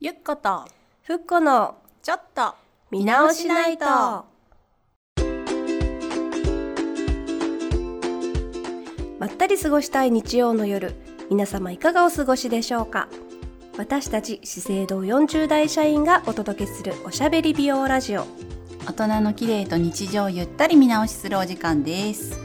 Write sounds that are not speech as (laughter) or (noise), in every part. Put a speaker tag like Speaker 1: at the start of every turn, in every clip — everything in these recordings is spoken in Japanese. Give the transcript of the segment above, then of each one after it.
Speaker 1: ゆっこと
Speaker 2: ふっこの
Speaker 1: ちょっと
Speaker 2: 見直しナイト。まったり過ごしたい日曜の夜、皆様いかがお過ごしでしょうか。私たち資生堂40代社員がお届けするおしゃべり美容ラジオ。
Speaker 1: 大人の綺麗と日常をゆったり見直しするお時間です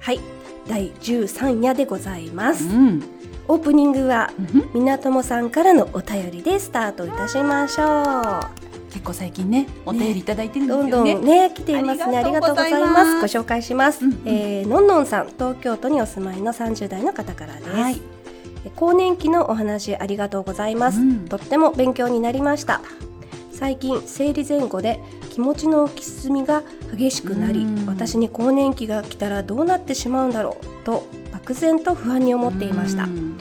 Speaker 2: はい、第13夜でございま
Speaker 1: う
Speaker 2: す。
Speaker 1: ん
Speaker 2: オープニングは
Speaker 1: うん
Speaker 2: みなともさんからのお便りでスタートいたしましょう。
Speaker 1: 結構最近ねお便りいただいてるんで
Speaker 2: どん
Speaker 1: すよ
Speaker 2: ど
Speaker 1: ね
Speaker 2: んね来ていますね
Speaker 1: あ
Speaker 2: あ
Speaker 1: り
Speaker 2: り
Speaker 1: が
Speaker 2: が
Speaker 1: と
Speaker 2: と
Speaker 1: うご
Speaker 2: うご
Speaker 1: ざ
Speaker 2: ざ
Speaker 1: い
Speaker 2: い
Speaker 1: ます
Speaker 2: ますご紹介します、
Speaker 1: うんうん
Speaker 2: えーのんのんさん東京都にお住まいの30代の方からです、
Speaker 1: はい
Speaker 2: え更年期のお話ありがとうございます、
Speaker 1: うん
Speaker 2: とっても勉強になりました最近生理前後で気持ちの浮き沈みが激しくなり
Speaker 1: うん
Speaker 2: 私に更年期が来たらどうなってしまうんだろうと漠然と不安に思っていました、
Speaker 1: うん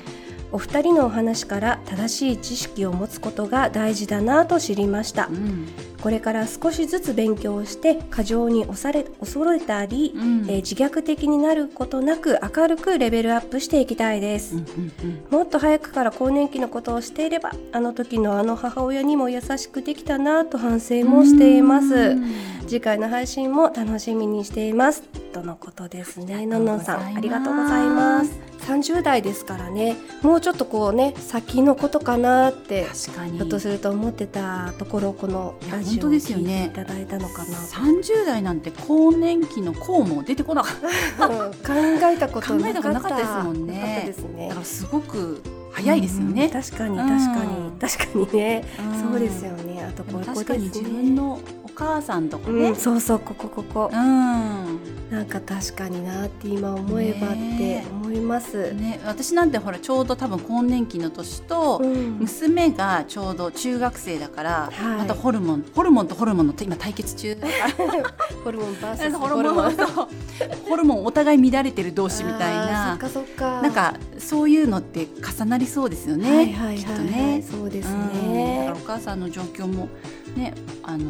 Speaker 2: お二人のお話から正しい知識を持つことが大事だなと知りました、
Speaker 1: うん
Speaker 2: これから少しずつ勉強して過剰に押され恐れたり、
Speaker 1: うん
Speaker 2: えー自虐的になることなく明るくレベルアップしていきたいです、
Speaker 1: うんうん
Speaker 2: もっと早くから更年期のことをしていればあの時のあの母親にも優しくできたなと反省
Speaker 1: うん
Speaker 2: もしていま
Speaker 1: う
Speaker 2: す
Speaker 1: ん
Speaker 2: 次回の配信も楽しみにしていますとのことですねのんのんさんあ
Speaker 1: あり
Speaker 2: り
Speaker 1: が
Speaker 2: が
Speaker 1: とう
Speaker 2: とう
Speaker 1: ご
Speaker 2: ご
Speaker 1: ざ
Speaker 2: ざ
Speaker 1: い
Speaker 2: い
Speaker 1: ま
Speaker 2: ますす30代ですからねもうちょっとこうね先のことかなって
Speaker 1: 確かに
Speaker 2: ひょっとすると思ってたところをこのラ
Speaker 1: いや本
Speaker 2: ジオ
Speaker 1: 当
Speaker 2: を
Speaker 1: ですよ
Speaker 2: 聞いて
Speaker 1: ね
Speaker 2: いただいたのか
Speaker 1: 30代なんて更年期の更も出てこなかった
Speaker 2: な、うん考えたことなか
Speaker 1: 考
Speaker 2: った
Speaker 1: えたことなかったですもんね
Speaker 2: なかったですね
Speaker 1: だからすごく早いですよね
Speaker 2: うん、確かに
Speaker 1: うん
Speaker 2: 確かに、確かにね、
Speaker 1: ん
Speaker 2: そうですよねあとこういう
Speaker 1: 確
Speaker 2: こと
Speaker 1: か
Speaker 2: です
Speaker 1: に
Speaker 2: ね
Speaker 1: 自分のお母さんとか
Speaker 2: う
Speaker 1: ね
Speaker 2: ん、そうそうここここ、
Speaker 1: うん
Speaker 2: なんか確かになって今思えばって
Speaker 1: ね
Speaker 2: 思います、
Speaker 1: ね、私なんてほらちょうど多分更年期の年と、
Speaker 2: うん
Speaker 1: 娘がちょうど中学生だから、
Speaker 2: はい
Speaker 1: またホルモンホルモンとホルモンの今対決
Speaker 2: (laughs)
Speaker 1: 中
Speaker 2: ホルモンバーサ
Speaker 1: (laughs)
Speaker 2: ス
Speaker 1: ホルモンとホルモンお互い乱れてる同士みたい
Speaker 2: あ
Speaker 1: な
Speaker 2: ーそっかそっか
Speaker 1: なんかそういうのって重なりそうですよね、
Speaker 2: はいはいはいはい
Speaker 1: きっとね。
Speaker 2: そうです
Speaker 1: うんだから
Speaker 2: ね
Speaker 1: お母さんの状況もねあの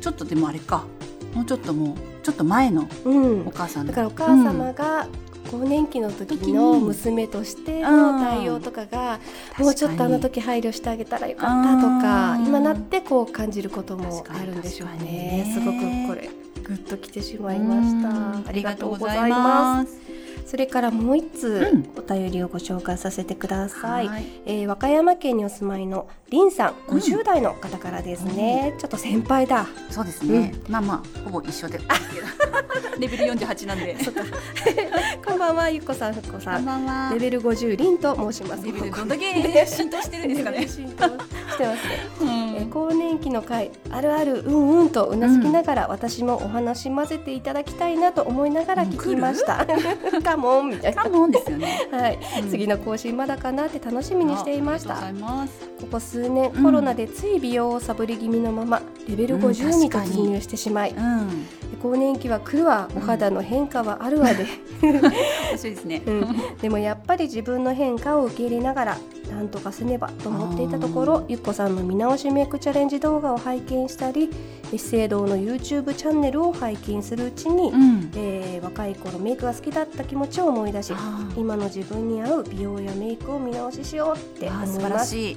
Speaker 1: ちょっとでもあれかもうちょっともうちょっと前の
Speaker 2: うん
Speaker 1: お母さん
Speaker 2: だ
Speaker 1: の
Speaker 2: からお母様が更年期の時の娘としての対応とかが、
Speaker 1: うん
Speaker 2: もうちょっとあの
Speaker 1: 確
Speaker 2: 時配慮してあげたらよかったとか
Speaker 1: うん
Speaker 2: 今なってこう感じることもあるんでしょうね
Speaker 1: 確かに
Speaker 2: すごくこれグッときてしまいました
Speaker 1: ありがとうございます。
Speaker 2: すそれからもう一
Speaker 1: う
Speaker 2: つ
Speaker 1: ん
Speaker 2: お便りをご紹介させてください、
Speaker 1: はい
Speaker 2: えー和歌山県にお住まいのりんさん
Speaker 1: うん
Speaker 2: 50代の方からですね、ちょっと先輩だ
Speaker 1: そうですね。まあまあほぼ一緒で。レベル四十八なん (laughs) で。
Speaker 2: こんばんはゆっこさんふっこさん
Speaker 1: ばんは
Speaker 2: レ
Speaker 1: レ
Speaker 2: ベル50りんと申します
Speaker 1: ベルどんだけ浸透してるんですかね。
Speaker 2: 浸透してますね、
Speaker 1: う
Speaker 2: (laughs) えー
Speaker 1: ん
Speaker 2: 更年期の回あるあるうんうんとうなずきながら、私もお話混ぜていただきたいなと思いながら聞きました、 (laughs) カモンみたい
Speaker 1: 多分ですよね。
Speaker 2: なはい、
Speaker 1: うん
Speaker 2: 次の更新まだかなって楽しみにしていました
Speaker 1: ありがとうございます。
Speaker 2: ここ数年
Speaker 1: うん
Speaker 2: コロナでつい美容をサボり気味のままレベル
Speaker 1: うん
Speaker 2: 50に
Speaker 1: 確かに
Speaker 2: 突入してしまい、
Speaker 1: うん。
Speaker 2: 更年期は来るわお肌の変化はあるわで、
Speaker 1: 面白いですね。
Speaker 2: うん、でもやっぱり自分の変化を受け入れながらなんとかせねばと思っていたとこ
Speaker 1: あー
Speaker 2: ろゆっこさんの見直しメイクチャレンジ動画を拝見したり資生堂の YouTube チャンネルを拝見するうちに、
Speaker 1: うん。
Speaker 2: えー若い頃メイクが好きだった気持ちを思い出し今の自分に合う美容やメイクを見直ししようって
Speaker 1: あ
Speaker 2: 思
Speaker 1: ー素
Speaker 2: い
Speaker 1: 晴
Speaker 2: ま
Speaker 1: ら
Speaker 2: す、
Speaker 1: しい。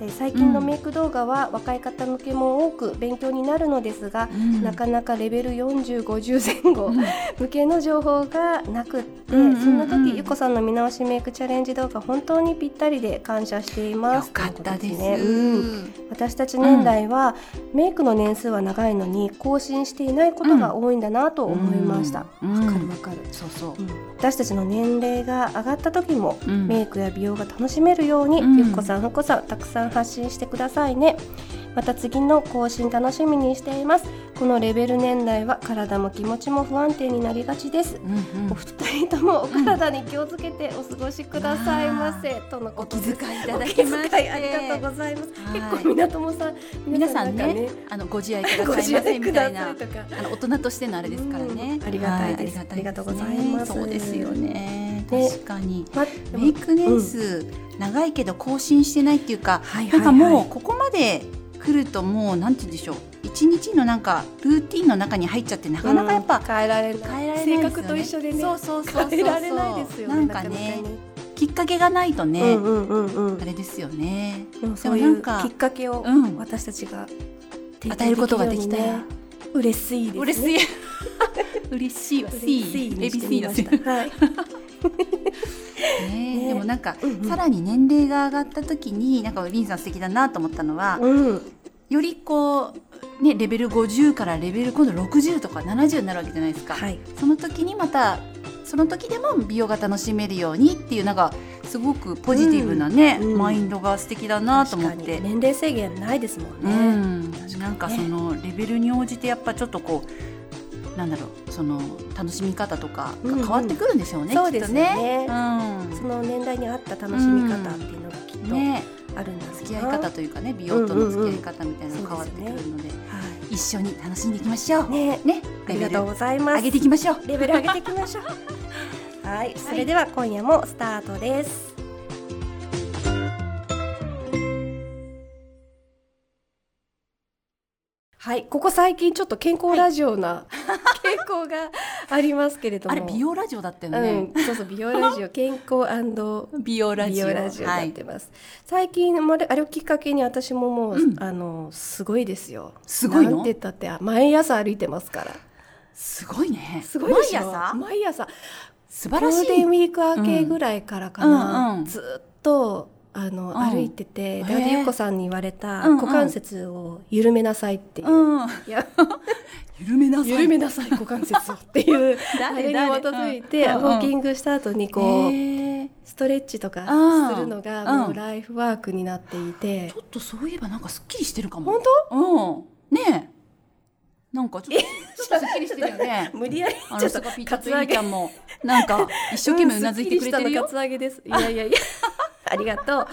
Speaker 2: えー最近のメイク動画は若い方向けも多く勉強になるのですが、なかなかレベル4050前後、
Speaker 1: うん
Speaker 2: 向けの情報がなくって、
Speaker 1: うんうんうん
Speaker 2: そんな時ゆこさんの見直しメイクチャレンジ動画本当にぴったりで感謝していま
Speaker 1: よ
Speaker 2: す
Speaker 1: かった
Speaker 2: とい
Speaker 1: で
Speaker 2: う
Speaker 1: す。
Speaker 2: ことうん私たち年代は、メイクの年数は長いのに更新していないことが多いんだなと思いましたわ、
Speaker 1: うんうん
Speaker 2: かるわかる、
Speaker 1: そうそう
Speaker 2: う。ん私たちの年齢が上がった時も
Speaker 1: うん
Speaker 2: メイクや美容が楽しめるように、
Speaker 1: うん
Speaker 2: ゆっこさんふっこさんたくさん発信してくださいねまた次の更新楽しみにしていますこのレベル年代は体も気持ちも不安定になりがちです
Speaker 1: うんうん
Speaker 2: お二人ともお体に気をつけてお過ごしくださいませ、との
Speaker 1: お
Speaker 2: こと
Speaker 1: 気
Speaker 2: です
Speaker 1: 遣いいただきま
Speaker 2: お
Speaker 1: し
Speaker 2: 気
Speaker 1: て
Speaker 2: 遣いありがとうございます
Speaker 1: はい
Speaker 2: 結構港もさん
Speaker 1: 皆さん
Speaker 2: なん
Speaker 1: ね
Speaker 2: か
Speaker 1: あのご自愛くだ
Speaker 2: ご
Speaker 1: さい
Speaker 2: 自
Speaker 1: ま
Speaker 2: 愛
Speaker 1: せみ
Speaker 2: く
Speaker 1: た
Speaker 2: だ
Speaker 1: い
Speaker 2: さ
Speaker 1: ない
Speaker 2: とか
Speaker 1: あの大人としてのあれですからね
Speaker 2: うんありがたいです
Speaker 1: は
Speaker 2: ありがとうござい
Speaker 1: ね
Speaker 2: ます
Speaker 1: そうですよね
Speaker 2: で
Speaker 1: 確かに
Speaker 2: までも
Speaker 1: メイク年数長いけど更新してないっていうか
Speaker 2: はい
Speaker 1: なんか
Speaker 2: はいはい
Speaker 1: もうここまで来るともうなんて言うんでしょう一日のなんかルーティンの中に入っちゃってなかなかやっぱ、
Speaker 2: うん変えられない
Speaker 1: 変えられないですよ
Speaker 2: 性
Speaker 1: ね
Speaker 2: 格と一緒でね
Speaker 1: そうそうそうそう
Speaker 2: 変えられないですよね
Speaker 1: なんかねきっかけがないとね、
Speaker 2: なかなかねうんうんうんうん
Speaker 1: あれですよね
Speaker 2: でもそういう
Speaker 1: でもなんか
Speaker 2: きっかけを
Speaker 1: うん
Speaker 2: 私たちが
Speaker 1: 与えることができたら
Speaker 2: ら嬉しいですね
Speaker 1: 嬉しい嬉しいは C
Speaker 2: にして
Speaker 1: ABC
Speaker 2: み
Speaker 1: の
Speaker 2: ま
Speaker 1: C
Speaker 2: し
Speaker 1: ね
Speaker 2: たはいね
Speaker 1: でもなんか、
Speaker 2: うんうん
Speaker 1: さらに年齢が上がった時になんかリンさん素敵だなと思ったのは、
Speaker 2: うん
Speaker 1: よりこうねレベル50からレベル今度60とか70になるわけじゃないですか、
Speaker 2: はい
Speaker 1: その時にまたその時でも美容が楽しめるようにっていうなんかすごくポジティブなね、
Speaker 2: うんうん
Speaker 1: マインドが素敵だなと思っ
Speaker 2: 確か
Speaker 1: て、
Speaker 2: に年齢制限ないですもん
Speaker 1: う
Speaker 2: ね
Speaker 1: ん、なんかそのレベルに応じてやっぱちょっとこうなんだろうその楽しみ方とかが変わってくるんでしょうね、
Speaker 2: そう
Speaker 1: きっ
Speaker 2: で
Speaker 1: と
Speaker 2: す
Speaker 1: ね。
Speaker 2: ね
Speaker 1: うん
Speaker 2: その年代に合った楽しみ方っていうのがきっと
Speaker 1: ね、
Speaker 2: あるんだろうな
Speaker 1: 付き合い方というかね美容との付き合い方みたいなのが変わってくるので、
Speaker 2: は
Speaker 1: 一緒に楽しんでいきましょう。
Speaker 2: いね
Speaker 1: ね、
Speaker 2: あ
Speaker 1: レベ
Speaker 2: りが
Speaker 1: ル
Speaker 2: とうございま
Speaker 1: 上
Speaker 2: す
Speaker 1: げていきましょう。
Speaker 2: レベル上げていきましょう (laughs) はいそれでは今夜もスタートですはいここ最近ちょっと健康ラジオな (laughs) 傾向がありますけれども
Speaker 1: あれ美容ラジオだったよね。
Speaker 2: うんそうそう美容ラ (laughs) ジオ健康
Speaker 1: 美容ラ
Speaker 2: 美
Speaker 1: ジオ。
Speaker 2: 容ラジオに
Speaker 1: は
Speaker 2: なっ
Speaker 1: い。
Speaker 2: てます、最近まああれをきっかけに私ももう、
Speaker 1: うん
Speaker 2: あのすごいですよ
Speaker 1: すごい
Speaker 2: なん
Speaker 1: の
Speaker 2: て？言ったってあ毎朝歩いてますから
Speaker 1: すごいね。
Speaker 2: すごいでしょ
Speaker 1: 毎朝
Speaker 2: 毎朝
Speaker 1: 素
Speaker 2: ゴ
Speaker 1: 晴
Speaker 2: ー
Speaker 1: らし
Speaker 2: ルデ
Speaker 1: い
Speaker 2: ンウ。ィーク明けぐらいからかな、
Speaker 1: うんうんうん
Speaker 2: ずーっとあの、
Speaker 1: ん
Speaker 2: 歩いてて、
Speaker 1: へー
Speaker 2: ダディゆこさんに言われた、
Speaker 1: うんうん
Speaker 2: 股関節を緩めなさいっていう、
Speaker 1: うん。
Speaker 2: いや
Speaker 1: (laughs) 緩めなさい。
Speaker 2: 緩めなさい股関節をっていうあ
Speaker 1: (laughs) 誰
Speaker 2: れに基
Speaker 1: 誰
Speaker 2: づいて、
Speaker 1: うんうん
Speaker 2: ウォーキングした後にこう、
Speaker 1: へー
Speaker 2: ストレッチとか
Speaker 1: うん
Speaker 2: するのが、
Speaker 1: うん
Speaker 2: もうライフワークになっていて
Speaker 1: ちょ、っとそういえばなんかすっきりしてるかも。
Speaker 2: 本当。
Speaker 1: うん。ねえ。なんかちょっとちょっとすっきりしてるよね
Speaker 2: 無理やり
Speaker 1: あ
Speaker 2: (laughs) ちょ
Speaker 1: の
Speaker 2: っと
Speaker 1: スカピーちょ
Speaker 2: カ
Speaker 1: っと
Speaker 2: ツ
Speaker 1: ゆ
Speaker 2: ア
Speaker 1: り
Speaker 2: ゲ
Speaker 1: ちゃんもなんか一生懸命うなずいてくれてる
Speaker 2: うん
Speaker 1: よ
Speaker 2: すっきりしたの。カツアゲです。いやい
Speaker 1: (laughs)
Speaker 2: やいや。ありがとう。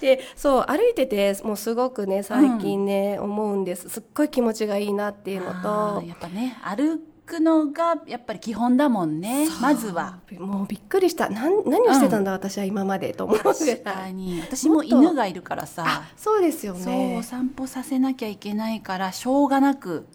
Speaker 2: で、そう歩いててもうすごくね最近ね、思うんです。すっごい気持ちがいいなっていうの
Speaker 1: あ
Speaker 2: と
Speaker 1: ー。やっぱね歩くのがやっぱり基本だもんね
Speaker 2: そう
Speaker 1: まずは。
Speaker 2: もうびっくりしたなん何をしてたんだ、私は今までと思うぐ
Speaker 1: 確
Speaker 2: ら
Speaker 1: か
Speaker 2: い
Speaker 1: に私も犬がいるからさ
Speaker 2: あそうですよ
Speaker 1: そうお
Speaker 2: ね
Speaker 1: 散歩させなきゃいけないからしょうがなく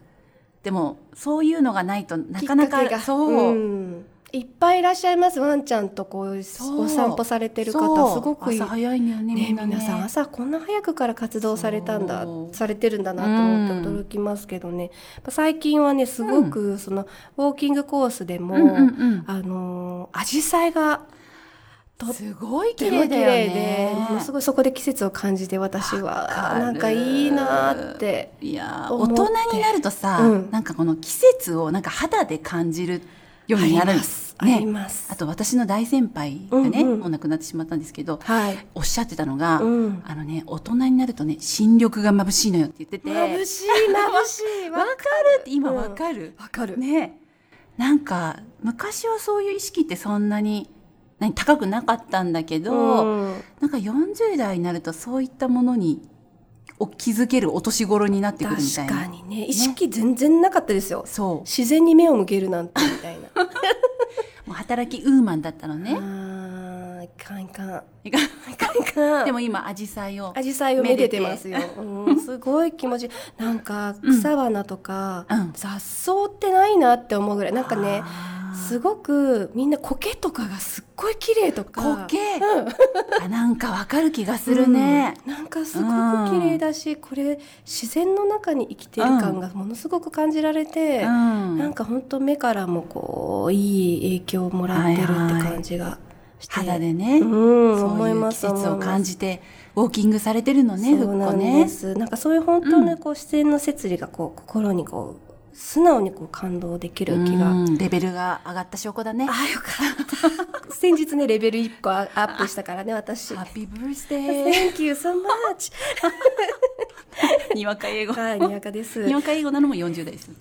Speaker 1: でもそういうのがないとなかな
Speaker 2: き
Speaker 1: か
Speaker 2: っけが
Speaker 1: そう、
Speaker 2: んいっぱいいらっしゃいますワンちゃんとこう
Speaker 1: そう
Speaker 2: お散歩されてる
Speaker 1: そう
Speaker 2: 方すごくいい
Speaker 1: 朝早いのよね
Speaker 2: ね
Speaker 1: みんなね
Speaker 2: 皆さん朝こんな早くから活動されたんだ
Speaker 1: そう
Speaker 2: されてるんだなと思って驚きますけどね、やっぱ最近はねすごくそのウォーキングコースでも、
Speaker 1: うんうんうん
Speaker 2: あのー紫陽花がとって
Speaker 1: すごい綺
Speaker 2: も
Speaker 1: 麗
Speaker 2: 綺
Speaker 1: だよ
Speaker 2: 麗で
Speaker 1: ね
Speaker 2: ものすごいそこで季節を感じて私は
Speaker 1: わかる
Speaker 2: なんかいいなーって
Speaker 1: いやー
Speaker 2: 思
Speaker 1: 大
Speaker 2: って
Speaker 1: 人になるとさ、
Speaker 2: うん
Speaker 1: なんかこの季節をなんか肌で感じるようになるんです
Speaker 2: あります
Speaker 1: あと私の大先輩がね、
Speaker 2: うんうん
Speaker 1: もう亡くなってしまったんですけど
Speaker 2: はい、
Speaker 1: おっしゃってたのが、
Speaker 2: うん、
Speaker 1: あのね大人になるとね新緑が眩しいのよって言ってて
Speaker 2: 眩しい眩しい
Speaker 1: わかるって今わかる、
Speaker 2: わかる
Speaker 1: ねなんか昔はそういう意識ってそんなに何高くなかったんだけど、
Speaker 2: うん
Speaker 1: なんか40代になるとそういったものにお気づけるお年頃になってくるみた
Speaker 2: 確
Speaker 1: いな
Speaker 2: かにね意識全然なかったですよ
Speaker 1: そう
Speaker 2: 自然に目を向けるなんてみたいな
Speaker 1: もう働きウーマンだったのね、
Speaker 2: あーいかんいかん
Speaker 1: いか
Speaker 2: いかんいかん
Speaker 1: (laughs) で
Speaker 2: でも
Speaker 1: も今アジサイを
Speaker 2: 紫陽花をめでてますよ、うん、すごい気持ちいいなんか
Speaker 1: うん
Speaker 2: 草花とか、
Speaker 1: うん
Speaker 2: 雑草ってないなって思うぐらいなんかね
Speaker 1: あー
Speaker 2: すごくみんな苔とかがすっごい綺麗とか
Speaker 1: 苔、
Speaker 2: う
Speaker 1: あなんかわかる気がするね、
Speaker 2: うんなんかすごく綺麗だし、これ自然の中に生きている感がものすごく感じられて、
Speaker 1: うん
Speaker 2: なんか本当目からもこういい影響をもらってるって感じがして、
Speaker 1: 肌でね、
Speaker 2: うん
Speaker 1: そう
Speaker 2: 思い
Speaker 1: いう
Speaker 2: ま
Speaker 1: 季
Speaker 2: す
Speaker 1: 節を
Speaker 2: 思います
Speaker 1: 感じてウォーキングされてるのねふっ
Speaker 2: そうな
Speaker 1: こ
Speaker 2: ん
Speaker 1: ね
Speaker 2: です、なんかそういう本当にこう自然の摂理がこう心にこう素直にこう感動できる気が、
Speaker 1: うんレベルが上がった証拠だね
Speaker 2: あよかった先日ねレベル1個アップしたからね私
Speaker 1: ハッピーブースデ
Speaker 2: (laughs)
Speaker 1: ー
Speaker 2: Thank you so much
Speaker 1: にわか英語
Speaker 2: はいにわかです
Speaker 1: にわか英語なのも40代です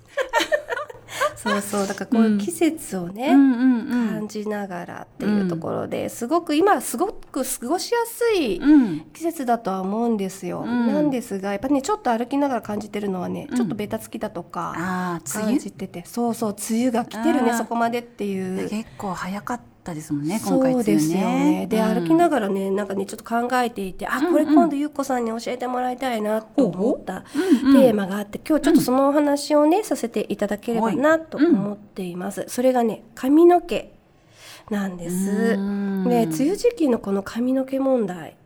Speaker 2: そうそうだからこういう季節をね、
Speaker 1: うんうんう
Speaker 2: 感
Speaker 1: ん
Speaker 2: じながらっていうところですごく今すごく過ごしやすい
Speaker 1: うん
Speaker 2: 季節だとは思うんですよ、
Speaker 1: うん
Speaker 2: なんですがやっぱねちょっと歩きながら感じてるのはね、
Speaker 1: うん
Speaker 2: ちょっとベタつきだとか、
Speaker 1: ああ梅
Speaker 2: 感
Speaker 1: 雨
Speaker 2: じててそうそう梅雨が来てるね
Speaker 1: あー
Speaker 2: そこまでっていう
Speaker 1: 結構早かっったですもんね今回
Speaker 2: そうですよね。で、歩きな
Speaker 1: が
Speaker 2: がらね、なんかね、ちょっと考えていて、あ
Speaker 1: うんう、ん
Speaker 2: これ今度ゆうこさんに教えてもらいたいなと思った
Speaker 1: ら、
Speaker 2: テーマがあって、今日ちょっとそのお話をね、させていただければなと思っています。それがね、髪の毛なんです。ね、梅雨時期のこの髪の毛問題、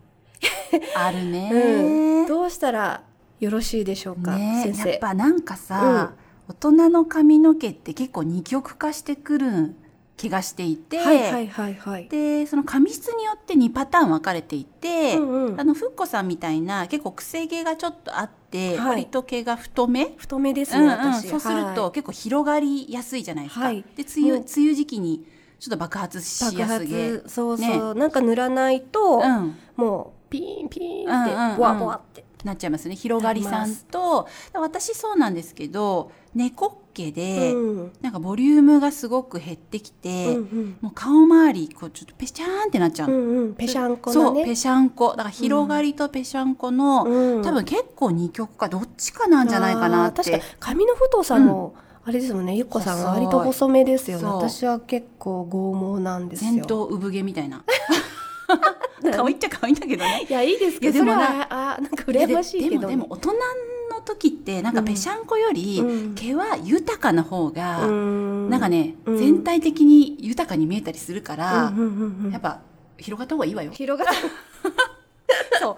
Speaker 1: あるね、
Speaker 2: うん、どうしたらよろしいでしょうか、
Speaker 1: ね
Speaker 2: 先
Speaker 1: やっ
Speaker 2: 生。
Speaker 1: ぱなんかさ、大人の髪の毛って結構二極化してくる気がしていて、
Speaker 2: はいはいはいはい。
Speaker 1: でその髪質によって2パターン分かれていて、
Speaker 2: うんうん
Speaker 1: あのふっこさんみたいな結構癖毛がちょっとあって、
Speaker 2: はい
Speaker 1: 割と毛が太め
Speaker 2: 太めです
Speaker 1: うん
Speaker 2: ね、
Speaker 1: うん
Speaker 2: 私。
Speaker 1: そうすると結構広がりやすいじゃないですか。
Speaker 2: はい
Speaker 1: で梅雨、
Speaker 2: うん
Speaker 1: 梅雨時期にちょっと爆発し
Speaker 2: はい、爆
Speaker 1: やすげ。
Speaker 2: 発、そうそう、なんか塗らないと、
Speaker 1: うん、
Speaker 2: もうピーンピーンって、
Speaker 1: うんうんうん
Speaker 2: ボワボワって。
Speaker 1: なっちゃいますね広がりさんと私そうなんですけど猫っ毛で、
Speaker 2: うん
Speaker 1: なんかボリュームがすごく減ってきて、
Speaker 2: うん
Speaker 1: もう顔周りこうちょっとペシャーンってなっちゃう
Speaker 2: う
Speaker 1: の、
Speaker 2: んうん、ペシャンコ
Speaker 1: そ
Speaker 2: の
Speaker 1: う
Speaker 2: ね。
Speaker 1: ペシャンコだから広がりとペシャンコの、
Speaker 2: うん
Speaker 1: 多分結構二極化どっちかなんじゃないかなっ
Speaker 2: あー確かに
Speaker 1: て
Speaker 2: 髪の太さの、あれですもんねゆっこさんは割と細めですよね
Speaker 1: そう
Speaker 2: 私は結構剛毛なんですよ
Speaker 1: 前
Speaker 2: (laughs)
Speaker 1: 頭産毛みたいな (laughs) 可愛いっちゃ可愛いんだけどね
Speaker 2: いやいいですけど
Speaker 1: いやでも
Speaker 2: それ
Speaker 1: な
Speaker 2: はあーなんか羨ましいけ
Speaker 1: で
Speaker 2: ど、ね、
Speaker 1: でもでも大人の時ってなんかペシャンコより
Speaker 2: うん
Speaker 1: 毛は豊かな方が、
Speaker 2: うん
Speaker 1: なんかね、
Speaker 2: うん
Speaker 1: 全体的に豊かに見えたりするか
Speaker 2: うん
Speaker 1: ら、
Speaker 2: うんうんうん
Speaker 1: やっぱ広がった方がいい
Speaker 2: (laughs)
Speaker 1: わよ。
Speaker 2: 広が
Speaker 1: そう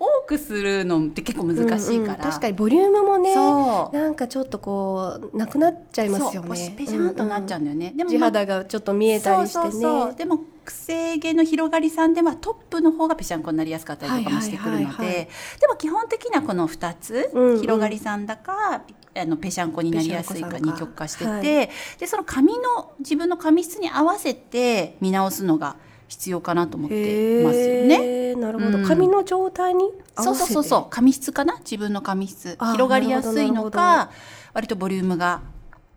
Speaker 1: お多くするのって結構難しいから。
Speaker 2: うんうん確かにボリュームもね
Speaker 1: そう
Speaker 2: なんかちょっとこうなくなっちゃいます
Speaker 1: そう
Speaker 2: よ
Speaker 1: こう
Speaker 2: ね
Speaker 1: ペシャンとなっちゃうんだよね。で
Speaker 2: うんうん
Speaker 1: も
Speaker 2: 地
Speaker 1: まあ
Speaker 2: 肌がちょっと見えたりしてね
Speaker 1: そうそうそうでも癖毛の広がりさんではトップの方がぺしゃんこになりやすかったりとかもしてくるので、
Speaker 2: はいはいはいはい
Speaker 1: でも基本的にはこの2つ、
Speaker 2: うんうん
Speaker 1: 広がりさんだかあのぺしゃんこになりやすいか
Speaker 2: ぺしゃんこさん
Speaker 1: 二
Speaker 2: か
Speaker 1: 極化してて、
Speaker 2: はい
Speaker 1: でその髪の自分の髪質に合わせて見直すのが必要かなと思ってますよね。
Speaker 2: へーなるほど、
Speaker 1: うん
Speaker 2: 髪の状態に合
Speaker 1: そう
Speaker 2: わ
Speaker 1: そう
Speaker 2: せて
Speaker 1: そうそう髪質かな自分の髪質
Speaker 2: あー
Speaker 1: 広がりやすいの
Speaker 2: なる
Speaker 1: か割とボリュームが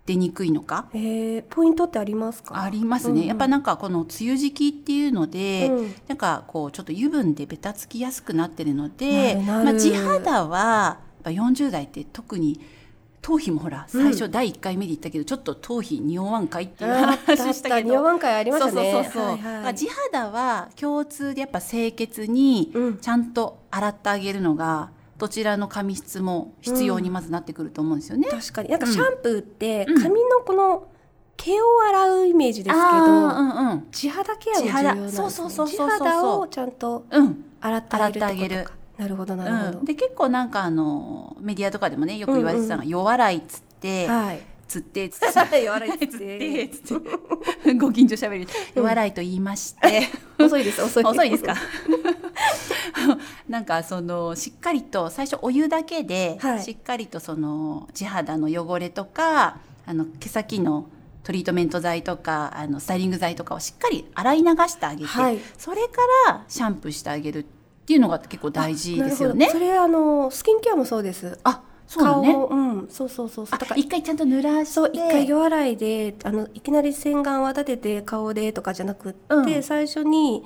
Speaker 1: 出にくいのか
Speaker 2: えー、ポイントってありますか
Speaker 1: あります
Speaker 2: うん
Speaker 1: ね、
Speaker 2: うん
Speaker 1: やっぱなんかこの梅雨時期っていうので、
Speaker 2: うん
Speaker 1: なんかこうちょっと油分でベタつきやすくなってるので
Speaker 2: なるなる
Speaker 1: まあ、地肌はやっぱ40代って特に頭皮もほら最初第1回目で言ったけど、ちょっと頭皮匂わんかいっていう
Speaker 2: あったあっ
Speaker 1: 話した
Speaker 2: た
Speaker 1: け
Speaker 2: 匂
Speaker 1: ど。
Speaker 2: わん会ありましたね
Speaker 1: そうそうそうそう、
Speaker 2: はいはい
Speaker 1: まあ地肌は共通でやっぱ清潔に
Speaker 2: うん
Speaker 1: ちゃんと洗ってあげるのがどちらの髪質も必要にまずなってくると思うんですよね。
Speaker 2: 確かになんか
Speaker 1: うん
Speaker 2: シャンプーって
Speaker 1: うん
Speaker 2: 髪のこの毛を洗うイメージですけど、
Speaker 1: あーうんうん
Speaker 2: 地肌ケアも重要なんです、ね、
Speaker 1: 地肌そうそうそうそうそう
Speaker 2: 地肌をちゃんと
Speaker 1: うん、
Speaker 2: 洗ってあげるってこと
Speaker 1: 洗ってあげる
Speaker 2: かなるほどなるほど、
Speaker 1: うん、で結構なんかあのメディアとかでもねよく言われてたのが「弱らい」っつって
Speaker 2: はい
Speaker 1: 「つって」 (laughs) つって「
Speaker 2: 笑い (laughs)
Speaker 1: つって」つってご近所しゃべり「弱らい」と言いま
Speaker 2: (laughs)
Speaker 1: して
Speaker 2: 遅いです遅い
Speaker 1: 遅いですか (laughs) なんかそのしっかりと最初お湯だけで、
Speaker 2: はい
Speaker 1: しっかりとその地肌の汚れとかあの毛先のトリートメント剤とかあのスタイリング剤とかをしっかり洗い流してあげて、
Speaker 2: はい
Speaker 1: それからシャンプーしてあげるっていうのが結構大事ですよね
Speaker 2: なるほど。それあのスキンケアもそうです
Speaker 1: あ、そうだ
Speaker 2: 顔
Speaker 1: ね。
Speaker 2: もうんそうそうそうそう
Speaker 1: あ
Speaker 2: だから
Speaker 1: 一回ちゃんと濡らして、
Speaker 2: そう一回夜洗いであのいきなり洗顔は立てて顔でとかじゃなくって、
Speaker 1: うん
Speaker 2: 最初に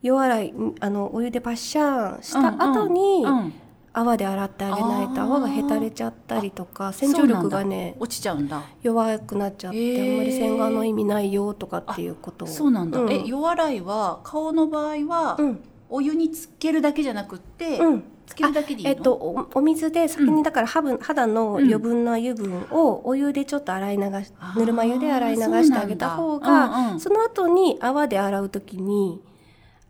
Speaker 2: 夜洗いんあのお湯でパッシャンし
Speaker 1: うん
Speaker 2: た後に、
Speaker 1: うん
Speaker 2: 泡で洗ってあげない
Speaker 1: あ
Speaker 2: と
Speaker 1: ー
Speaker 2: 泡がへたれちゃったりとか洗浄力がね
Speaker 1: 落ちちゃうんだ。
Speaker 2: 弱くなっちゃって、
Speaker 1: へー
Speaker 2: あんまり洗顔の意味ないよとかっていうことを
Speaker 1: そうなんだ。え、
Speaker 2: う
Speaker 1: 夜洗いは顔の場合は、
Speaker 2: ん
Speaker 1: お湯につけるだけじゃなくって、
Speaker 2: うん
Speaker 1: つけるだけでいいの？
Speaker 2: えっと、おお水で先
Speaker 1: う
Speaker 2: に
Speaker 1: ん
Speaker 2: だから肌肌の余分な油分をお湯でちょっと洗い流し
Speaker 1: あー
Speaker 2: ぬるま湯で洗い流してあげた
Speaker 1: そ
Speaker 2: 方
Speaker 1: うなんだ
Speaker 2: が
Speaker 1: うんうん
Speaker 2: その後に泡で洗う時に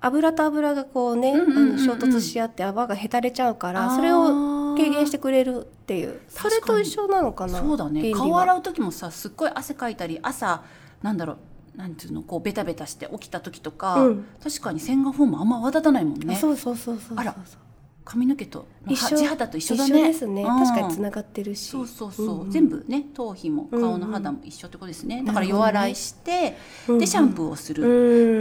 Speaker 2: 油と油がこうね、
Speaker 1: うんうんうんうん
Speaker 2: あの衝突し合って泡がへたれちゃうからそれ
Speaker 1: あ
Speaker 2: を
Speaker 1: ー
Speaker 2: 軽減してくれるっていうそれと一緒なのかな
Speaker 1: そうだね。
Speaker 2: 原理
Speaker 1: 顔
Speaker 2: は
Speaker 1: 洗う時もさ、すっごい汗かいたり、朝なんだろう。なんていうのこうベタベタして起きた時とか、
Speaker 2: うん
Speaker 1: 確かに洗顔フォームあんま泡立たないもん
Speaker 2: あ
Speaker 1: ね
Speaker 2: そうそうそうそうそう
Speaker 1: あら髪の毛と
Speaker 2: 一緒
Speaker 1: 地肌と一緒だ
Speaker 2: 一緒
Speaker 1: ね
Speaker 2: ですね、
Speaker 1: うん
Speaker 2: 確かにつながってるし
Speaker 1: そうそうそう、
Speaker 2: うんうん
Speaker 1: 全部ね頭皮も顔の肌も一緒ってことですね、だから弱洗いして、でシャンプーをする、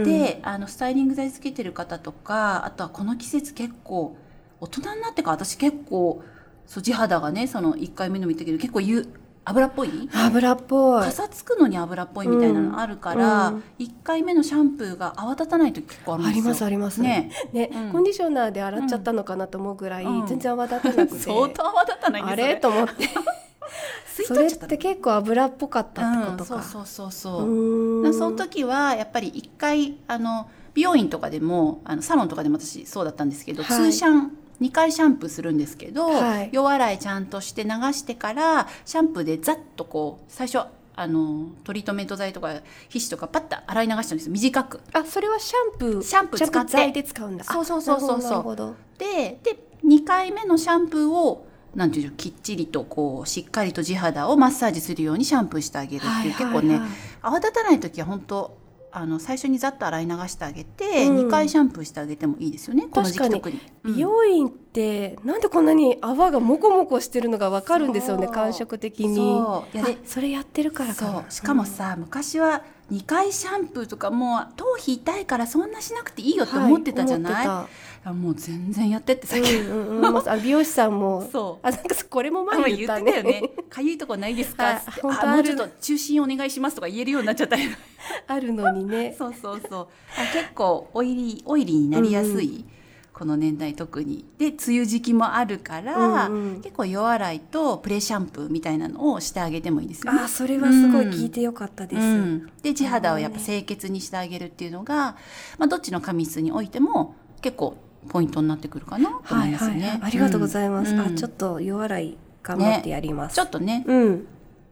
Speaker 2: うん
Speaker 1: であのスタイリング剤つけてる方とかあとはこの季節結構大人になってから私結構そう地肌がねその1回目の見たけど結構ゆ油っぽい
Speaker 2: 油っぽい
Speaker 1: かさつくのに油っぽいみたいなのあるから、
Speaker 2: うん
Speaker 1: 1回目のシャンプーが泡立たない時結構あるん
Speaker 2: あ
Speaker 1: です
Speaker 2: り
Speaker 1: よ
Speaker 2: ますあります
Speaker 1: ね
Speaker 2: ね、
Speaker 1: うん
Speaker 2: コンディショナーで洗っちゃったのかなと思うぐらい、
Speaker 1: うん (laughs)
Speaker 2: 全然泡立たなくて、
Speaker 1: 相当泡立たないね
Speaker 2: (laughs) あ
Speaker 1: そ
Speaker 2: れと思って
Speaker 1: スイッ
Speaker 2: それって結構油っぽかったって
Speaker 1: う
Speaker 2: こ
Speaker 1: ん、
Speaker 2: と
Speaker 1: そう
Speaker 2: か。
Speaker 1: そうそう
Speaker 2: う
Speaker 1: そう。
Speaker 2: ーん
Speaker 1: その時はやっぱり一回あの美容院とかでもあのサロンとかでも私そうだったんですけど、
Speaker 2: はい
Speaker 1: 通シャン2回シャンプーするんですけど、
Speaker 2: はい
Speaker 1: 弱洗いちゃんとして流してからシャンプーでザッとこう最初あのトリートメント剤とか皮脂とかパッと洗い流したんですよ短く。
Speaker 2: あ、それはシャンプー。
Speaker 1: シャンプー使って
Speaker 2: 着剤で使うんだ。あ
Speaker 1: そうそうそうそうそう
Speaker 2: なるほど。なるほど
Speaker 1: でで2回目のシャンプーをなんていうんでしょうきっちりとこうしっかりと地肌をマッサージするようにシャンプーしてあげるっていう、
Speaker 2: はい
Speaker 1: 結構
Speaker 2: はい
Speaker 1: ね
Speaker 2: はい
Speaker 1: 泡立たない時は本当あの最初にざっと洗い流してあげて、
Speaker 2: うん
Speaker 1: 2回シャンプーしてあげてもいいですよねこの時期特に。うん
Speaker 2: 美容院ってなんでこんなに泡がモコモコしてるのがわかるんですよね
Speaker 1: そう
Speaker 2: 感触的に
Speaker 1: そういや
Speaker 2: あ
Speaker 1: で
Speaker 2: それやってるからか
Speaker 1: そ
Speaker 2: な
Speaker 1: うしかもさ、昔は2回シャンプーとかもう頭皮痛いからそんなしなくていいよって思ってたじゃない、
Speaker 2: は
Speaker 1: あもう全然やってってさっ
Speaker 2: 思
Speaker 1: き、
Speaker 2: ってたうんうんうんまああ美容師さんも
Speaker 1: (laughs) そう
Speaker 2: あなんかそこれも
Speaker 1: あ
Speaker 2: 前
Speaker 1: もう
Speaker 2: に言
Speaker 1: 言
Speaker 2: っ
Speaker 1: ったて
Speaker 2: ね
Speaker 1: たよね「かゆいとこないですか?」
Speaker 2: はい
Speaker 1: っつって
Speaker 2: 本当
Speaker 1: あ
Speaker 2: あ
Speaker 1: もう
Speaker 2: る
Speaker 1: ちょっと中心お願いします」とか言えるようになっちゃったり
Speaker 2: あるのにね
Speaker 1: そうそうそうあ結構オイリーオイリーになりやすい、この年代特にで梅雨時期もあるから、
Speaker 2: うんうん
Speaker 1: 結構夜洗いとプレシャンプーみたいなのをしてあげてもいいですよね
Speaker 2: あそれはすごい聞いてよかったです、
Speaker 1: うん、で地肌をやっぱ清潔にしてあげるっていうのが、まあ、どっちの髪質においても結構ポイントになってくるかなと思
Speaker 2: はいい
Speaker 1: ます
Speaker 2: は
Speaker 1: ね。
Speaker 2: い、ありがとうございます、
Speaker 1: うん
Speaker 2: あちょっと弱洗い頑張ってやります、
Speaker 1: ちょっとね
Speaker 2: うん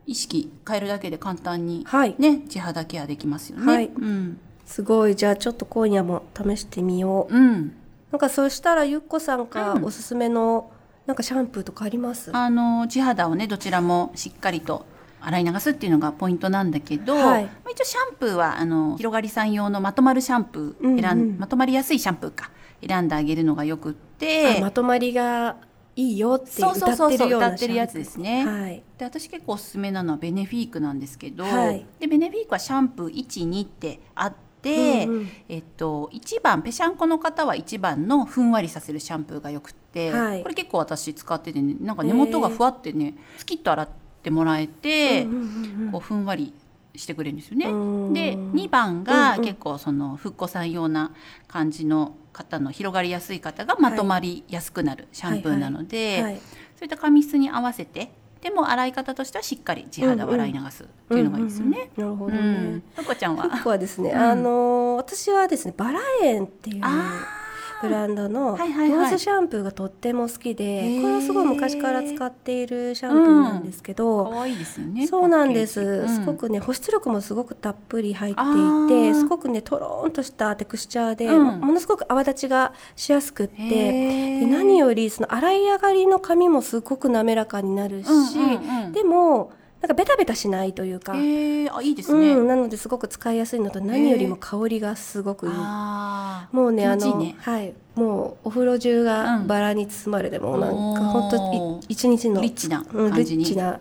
Speaker 1: 意識変えるだけで簡単に、
Speaker 2: はい
Speaker 1: ね、地肌ケアできますよね。
Speaker 2: はい
Speaker 1: うん、
Speaker 2: すごいじゃあちょっと今夜も試してみよう
Speaker 1: うん
Speaker 2: なんかそうしたらゆっこさんか
Speaker 1: うん
Speaker 2: おすすめのなんかシャンプーとかあります？
Speaker 1: あの地肌をねどちらもしっかりと洗い流すっていうのがポイントなんだけど、
Speaker 2: はい
Speaker 1: まあ一応シャンプーはあの広がりさん用のまとまるシャンプー選ん、
Speaker 2: うんうん
Speaker 1: まとまりやすいシャンプーか選んであげるのがよくっ
Speaker 2: あ
Speaker 1: て、
Speaker 2: まとまりがいいよって
Speaker 1: そうそう
Speaker 2: 歌
Speaker 1: そ
Speaker 2: っ
Speaker 1: う
Speaker 2: て
Speaker 1: そう
Speaker 2: るような
Speaker 1: 歌ってるやつですね。
Speaker 2: はい。
Speaker 1: で私結構おすすめなのはベネフィークなんですけど、
Speaker 2: はい
Speaker 1: でベネフィークはシャンプー12ってあって、
Speaker 2: うんうん
Speaker 1: えっと、1番ぺしゃんこの方は1番のふんわりさせるシャンプーがよくって、
Speaker 2: はい
Speaker 1: これ結構私使っててねなんか根元がふわってねスキッと洗ってもらえて、
Speaker 2: うんうん
Speaker 1: こうふんわりしてくれるんですよね。
Speaker 2: うん
Speaker 1: で2番が結構その復古さん用な感じの方の広がりやすい方がまとまりやすくなるシャンプーなので。
Speaker 2: うんはい。
Speaker 1: そういった髪質に合わせてでも洗い方としてはしっかり地肌を洗い流すっていうのがいいですよね。
Speaker 2: うんうんうん。
Speaker 1: う
Speaker 2: なるほどね
Speaker 1: ん。。ふっこちゃんは。
Speaker 2: 僕はですね、
Speaker 1: うん
Speaker 2: あのー私はですねバラ園っていう
Speaker 1: あ
Speaker 2: ブランドのノ
Speaker 1: はいはいはい
Speaker 2: ーズシャンプーがとっても好きで、
Speaker 1: へー
Speaker 2: これはすごい昔から使っているシャンプーなんですけ
Speaker 1: あ、
Speaker 2: ど、
Speaker 1: 可愛いですよね。
Speaker 2: そうなんです、
Speaker 1: パッケージ
Speaker 2: すご。くね保湿力もすごくたっぷり入っ
Speaker 1: あー
Speaker 2: ていてすごくねとろーんとしたテクスチャーで、
Speaker 1: うん
Speaker 2: ものすごく泡立ちがしやすくっ
Speaker 1: うん
Speaker 2: てで何よりその洗い上がりの髪もすごく滑らかになるし、でもなんかベタベタしないというか、
Speaker 1: へえ、あ、いいです
Speaker 2: う
Speaker 1: ね。
Speaker 2: ん、なのですごく使いやすいのと何よりも香りがすごくいい。
Speaker 1: ああ。
Speaker 2: もうねあ
Speaker 1: 気持ち
Speaker 2: の
Speaker 1: いいね
Speaker 2: はい、もうお風呂中が
Speaker 1: うん
Speaker 2: バラに包まれて、もうなん
Speaker 1: お
Speaker 2: か本
Speaker 1: ー
Speaker 2: 当一日の
Speaker 1: リッチな
Speaker 2: うん、ル
Speaker 1: 感じ
Speaker 2: ッチ
Speaker 1: に。
Speaker 2: な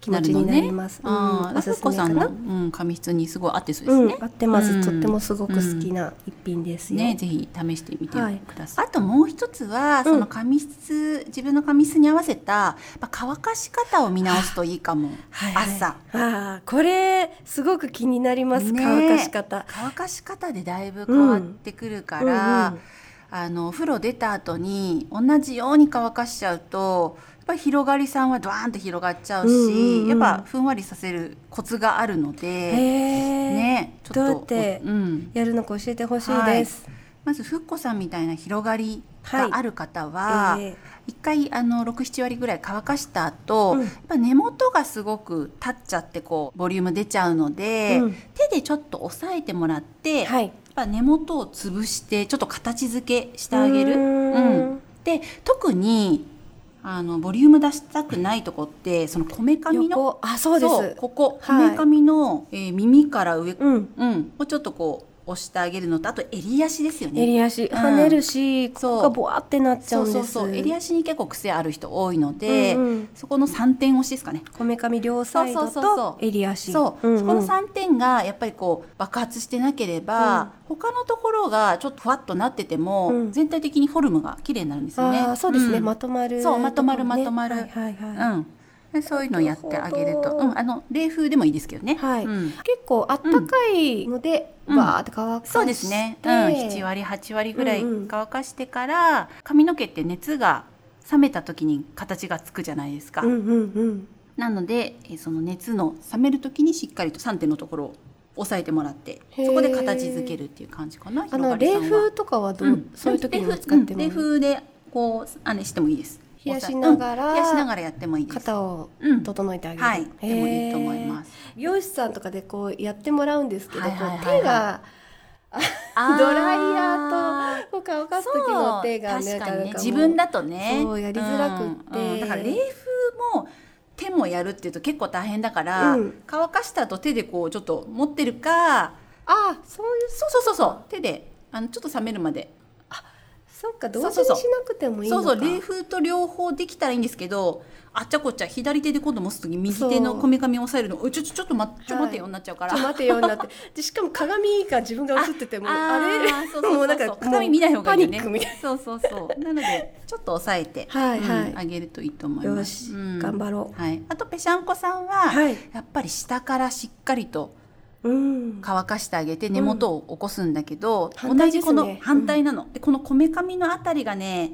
Speaker 2: 気持ちになります。
Speaker 1: ああ、あふっこさんの、うん、髪質にすごい合ってそうです
Speaker 2: うん
Speaker 1: ね。
Speaker 2: 合ってます、
Speaker 1: うん
Speaker 2: とってもすごく好きな一品ですよ。
Speaker 1: ね、ぜひ試してみて
Speaker 2: はい
Speaker 1: ください。あともう一つは、その髪質、自分の髪質に合わせた、まあ乾かし方を見直すといいかも。
Speaker 2: はいはい
Speaker 1: 朝。
Speaker 2: ああこれすごく気になります、
Speaker 1: ねえ
Speaker 2: 乾かし方。
Speaker 1: 乾かし方でだいぶ変わってくるから、
Speaker 2: うんうん
Speaker 1: あのお風呂出た後に同じように乾かしちゃうとやっぱり広がりさんはドワーンと広がっちゃうし、
Speaker 2: うんうんうん
Speaker 1: やっぱふんわりさせるコツがあるの
Speaker 2: へ
Speaker 1: で、
Speaker 2: え、
Speaker 1: ねちょっと
Speaker 2: どうやって
Speaker 1: うん、
Speaker 2: やるのか教えてほしいです。
Speaker 1: まずふっこさんみたいな広がりがある方は、
Speaker 2: ええ
Speaker 1: 一回あの67割ぐらい乾かした後、
Speaker 2: うん
Speaker 1: やっぱ根元がすごく立っちゃってこうボリューム出ちゃうので、
Speaker 2: うん
Speaker 1: 手でちょっと押さえてもらって、
Speaker 2: は
Speaker 1: やっ
Speaker 2: い。
Speaker 1: ぱ根元を潰してちょっと形付けしてあげる。
Speaker 2: うーん
Speaker 1: うんで特にあのボリューム出したくないとこってそのこめかみの
Speaker 2: 横あそうです。
Speaker 1: こここ
Speaker 2: はい
Speaker 1: めかみの、えー耳から上、
Speaker 2: うん。
Speaker 1: うん、をちょっとこう押してあげるのとあと襟足ですよね。
Speaker 2: 襟足
Speaker 1: ん
Speaker 2: 跳ねるし、こ
Speaker 1: そう
Speaker 2: こがボワってなっち
Speaker 1: そう
Speaker 2: ゃ
Speaker 1: うんそ
Speaker 2: で
Speaker 1: う
Speaker 2: す。
Speaker 1: そう襟足に結構癖ある人多いので、
Speaker 2: うんうん
Speaker 1: そこの3点押しですかね
Speaker 2: こめかみ両サイ
Speaker 1: そ
Speaker 2: ド
Speaker 1: うそうそう
Speaker 2: と襟足。
Speaker 1: そう、
Speaker 2: んん
Speaker 1: そこの3点がやっぱりこう爆発してなければ、他のところがちょっとふわっとなってても、
Speaker 2: うん
Speaker 1: 全体的にフォルムが綺麗になるんですよね。
Speaker 2: ああそうですね、
Speaker 1: ん
Speaker 2: まとまる
Speaker 1: そうまとまる
Speaker 2: ところね
Speaker 1: まとまる
Speaker 2: はいはいはい、
Speaker 1: うんでそういうのをやってあげる
Speaker 2: なる
Speaker 1: と、
Speaker 2: ほ
Speaker 1: う
Speaker 2: ど
Speaker 1: ん、あの冷風でもいいですけどね。
Speaker 2: はい
Speaker 1: うん
Speaker 2: 結構あったかいので、
Speaker 1: うん
Speaker 2: バーって乾かして
Speaker 1: そうですね、うん、7割8割ぐらい
Speaker 2: うんうん
Speaker 1: 乾かしてから、髪の毛って熱が冷めた時に形がつくじゃないですか、
Speaker 2: うんうんうん
Speaker 1: なので、えーその熱の冷める時にしっかりと3点のところを押さえてもらって
Speaker 2: へー
Speaker 1: そこで形づけるっていう感じかな
Speaker 2: あ
Speaker 1: 広
Speaker 2: の
Speaker 1: がりさ
Speaker 2: 冷
Speaker 1: んは
Speaker 2: 風とかはどう、
Speaker 1: うん
Speaker 2: そういう時にも
Speaker 1: 冷風
Speaker 2: 使っても
Speaker 1: うん冷風でこうあれしてもいいです
Speaker 2: 冷やしなが
Speaker 1: うん
Speaker 2: ら
Speaker 1: 冷やしながらやってもいいです
Speaker 2: 肩を
Speaker 1: うん
Speaker 2: 整えてあげる、
Speaker 1: はいでもいいと思い
Speaker 2: す
Speaker 1: ます
Speaker 2: 美容師さんとかでこうやってもらうんですけど、
Speaker 1: はいはいはいはい
Speaker 2: こう手が
Speaker 1: あー
Speaker 2: ドライヤーとこう乾かす時の手が
Speaker 1: そう
Speaker 2: ね
Speaker 1: 確かにね
Speaker 2: なんかもう
Speaker 1: 自分だとね
Speaker 2: そうやりづらくっ
Speaker 1: う
Speaker 2: て
Speaker 1: んうんだから冷風も手もやるっていうと結構大変だから、
Speaker 2: うん
Speaker 1: 乾かした後手でこうちょっと持ってるか
Speaker 2: ああそういう
Speaker 1: そうそうそうそう手であのちょっと冷めるまで
Speaker 2: そっか同
Speaker 1: そう
Speaker 2: 時に
Speaker 1: そうそう
Speaker 2: しなくてもいいの
Speaker 1: そ
Speaker 2: か
Speaker 1: うそう冷風と両方できたらいいんですけどあっちゃこっちゃ左手で今度持つ時右手の
Speaker 2: そう
Speaker 1: こめかみを押さえるのおちょちょちょっと待ちょ待てよになっちゃうから、
Speaker 2: ちょっと待てようになって (laughs) でしかも鏡が自分が映っててもあれ
Speaker 1: ーそうそうそうそう
Speaker 2: もうなんかもう
Speaker 1: 鏡見ない方がいいよね
Speaker 2: パニックみたい
Speaker 1: そうそうそうなのでちょっと抑えて
Speaker 2: はいはい
Speaker 1: うんあげるといいと思います
Speaker 2: よし頑張ろ
Speaker 1: う、はい、あとぺしゃんこさんは、
Speaker 2: はい
Speaker 1: やっぱり下からしっかりと
Speaker 2: うん
Speaker 1: 乾かしてあげて根元を起こすんだけど、
Speaker 2: うん
Speaker 1: 同じこ
Speaker 2: 反対です
Speaker 1: の
Speaker 2: ね
Speaker 1: 反対なの、でこのこめかみのあたりがね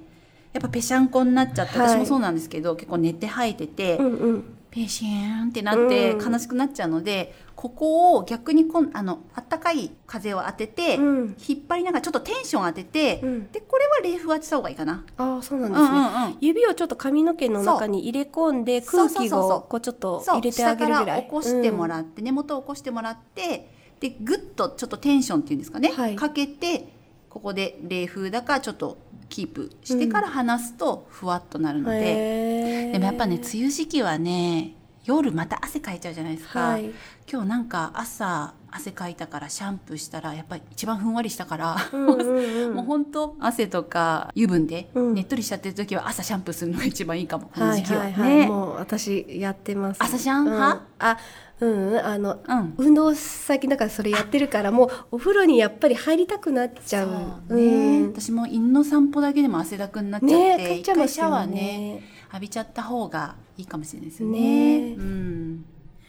Speaker 1: やっぱぺしゃんこになっちゃって、
Speaker 2: はい
Speaker 1: 私もそうなんですけど結構寝て吐いてて、
Speaker 2: うんうん
Speaker 1: ペシーンってなって
Speaker 2: うん
Speaker 1: 悲しくなっちゃうので、ここを逆にこんあの暖かい風を当てて、
Speaker 2: うん
Speaker 1: 引っ張りながらちょっとテンション当てて、
Speaker 2: うん
Speaker 1: でこれは冷風当てた方がいいかな。
Speaker 2: ああそうなん
Speaker 1: う
Speaker 2: で
Speaker 1: ん
Speaker 2: す
Speaker 1: う
Speaker 2: ね、
Speaker 1: んうん
Speaker 2: 指をちょっと髪の毛の中に入れ込んで
Speaker 1: そうそう
Speaker 2: 空
Speaker 1: そう
Speaker 2: 気
Speaker 1: そう
Speaker 2: をこうちょっと
Speaker 1: そ
Speaker 2: 入
Speaker 1: う
Speaker 2: れてあ
Speaker 1: 下
Speaker 2: げ
Speaker 1: か
Speaker 2: るぐ
Speaker 1: ら
Speaker 2: らい
Speaker 1: 起こしても
Speaker 2: う
Speaker 1: らって、根元を起こしてもらってでグッとちょっとテンションっていうんですかね、
Speaker 2: はい
Speaker 1: かけてここで冷風だからちょっとキープしてから離すとふわっとなる
Speaker 2: ん
Speaker 1: ので、
Speaker 2: へー
Speaker 1: でもやっぱね梅雨時期はね夜また汗かいちゃうじゃないですか。
Speaker 2: はい
Speaker 1: 今日なんか朝汗かいたからシャンプーしたらやっぱり一番ふんわりしたから、
Speaker 2: うんうんう
Speaker 1: (laughs)
Speaker 2: ん
Speaker 1: もう本当汗とか油分で
Speaker 2: うん
Speaker 1: ねっとりしちゃってる時は朝シャンプーするのが一番いいかもこの
Speaker 2: はい
Speaker 1: 時期は,、
Speaker 2: はいはい、
Speaker 1: ね
Speaker 2: もう私やってます
Speaker 1: 朝シャン派
Speaker 2: うんあうんうんあの
Speaker 1: うん
Speaker 2: 運動最近だからそれやってるからもうお風呂にやっぱり入りたくなっちゃう
Speaker 1: そうね、
Speaker 2: うん
Speaker 1: 私も犬の散歩だけでも汗だくになっちゃって、
Speaker 2: ね帰っち
Speaker 1: 一
Speaker 2: ゃいま
Speaker 1: 回
Speaker 2: す
Speaker 1: シャワ
Speaker 2: よ
Speaker 1: ーね
Speaker 2: ね
Speaker 1: 浴びちゃった方がいいかもしれないですよね
Speaker 2: ね
Speaker 1: うん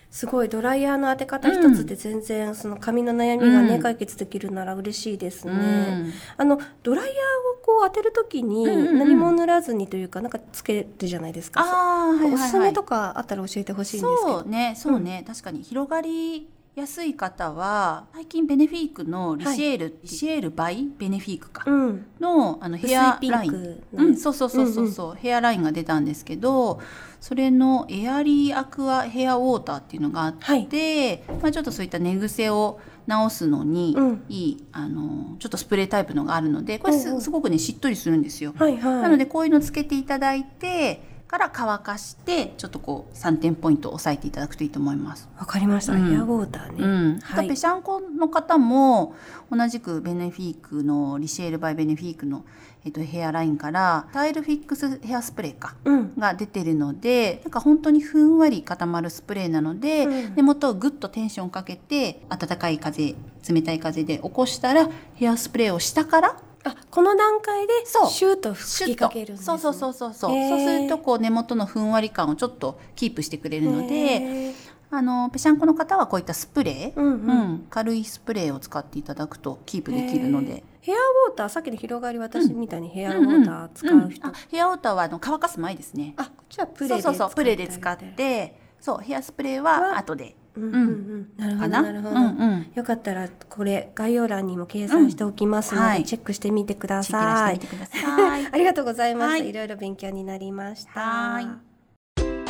Speaker 2: すごいドライヤーの当て方一つで全然その髪の悩みがね、
Speaker 1: うん
Speaker 2: 解決できるなら嬉しいですね、
Speaker 1: うん
Speaker 2: あのドライヤーをこう当てるときに
Speaker 1: うんうんうん
Speaker 2: 何も塗らずにというかなんかつけるじゃないですか、
Speaker 1: あーはいはいはい
Speaker 2: おすすめとかあったら教えてほしいんですけど
Speaker 1: そうねそうね、確かに広がりやすい方は最近ベネフィークのリシエール、リシエールバイベネフィークか、
Speaker 2: うん、
Speaker 1: のあのヘアライ
Speaker 2: 薄いピン
Speaker 1: ン、
Speaker 2: クの
Speaker 1: う
Speaker 2: ね
Speaker 1: ん、そうそうそうそうそう、ヘアラインが出たんですけどそれのエアリーアクアヘアウォーターっていうのがあって、
Speaker 2: はい
Speaker 1: まあ、ちょっとそういった寝癖を直すのに
Speaker 2: うん
Speaker 1: いい、あのちょっとスプレータイプのがあるのでこれす,、
Speaker 2: うんうん
Speaker 1: すごくねしっとりするんですよ。
Speaker 2: はいはい
Speaker 1: なのでこういうのつけていただいてから乾かしてちょっとこう3点ポイント押さえていただくといいと思います。
Speaker 2: わかりました、
Speaker 1: うん
Speaker 2: ヘアウォーターね、
Speaker 1: うん、
Speaker 2: は
Speaker 1: はいペシャンコの方も同じくベネフィークのリシェール・バイ・ベネフィークの、えっと、ヘアラインからタイルフィックスヘアスプレーか
Speaker 2: うん
Speaker 1: が出てるのでなんか本当にふんわり固まるスプレーなので、
Speaker 2: うん
Speaker 1: 根元をグッとテンションかけて暖かい風冷たい風で起こしたらヘアスプレーを下から
Speaker 2: あこの段階で
Speaker 1: そう
Speaker 2: シュート
Speaker 1: シ
Speaker 2: 吹
Speaker 1: ュッ
Speaker 2: き
Speaker 1: と
Speaker 2: かけるんです、ね、
Speaker 1: そうそうそうそうそう、
Speaker 2: へー
Speaker 1: そうするとこう根元のふんわり感をちょっとキープしてくれるので
Speaker 2: へー
Speaker 1: あのぺしゃんこの方はこういったスプレー、
Speaker 2: うんうん
Speaker 1: うん軽いスプレーを使っていただくとキープできるので。
Speaker 2: ヘアウォーターさっきの広がり私みたいにヘアウォーター使う人、
Speaker 1: んんあヘアウォーターはあの乾かす前ですね
Speaker 2: あこっちはプレ
Speaker 1: そうそうそうプレーで使
Speaker 2: 使
Speaker 1: っ
Speaker 2: ってて
Speaker 1: そうヘアスプレーは後で
Speaker 2: うんうんうんなるほ
Speaker 1: か
Speaker 2: ど
Speaker 1: な
Speaker 2: なるほど、
Speaker 1: うんうん
Speaker 2: よかったらこれ概要欄にも掲載しておきますので、
Speaker 1: うんはい
Speaker 2: チェックしてみてくだ
Speaker 1: チェッ
Speaker 2: さ
Speaker 1: ク
Speaker 2: い
Speaker 1: してみてください
Speaker 2: ありがとうございます、、
Speaker 1: はいい
Speaker 2: ろいろ勉強になりました
Speaker 1: はい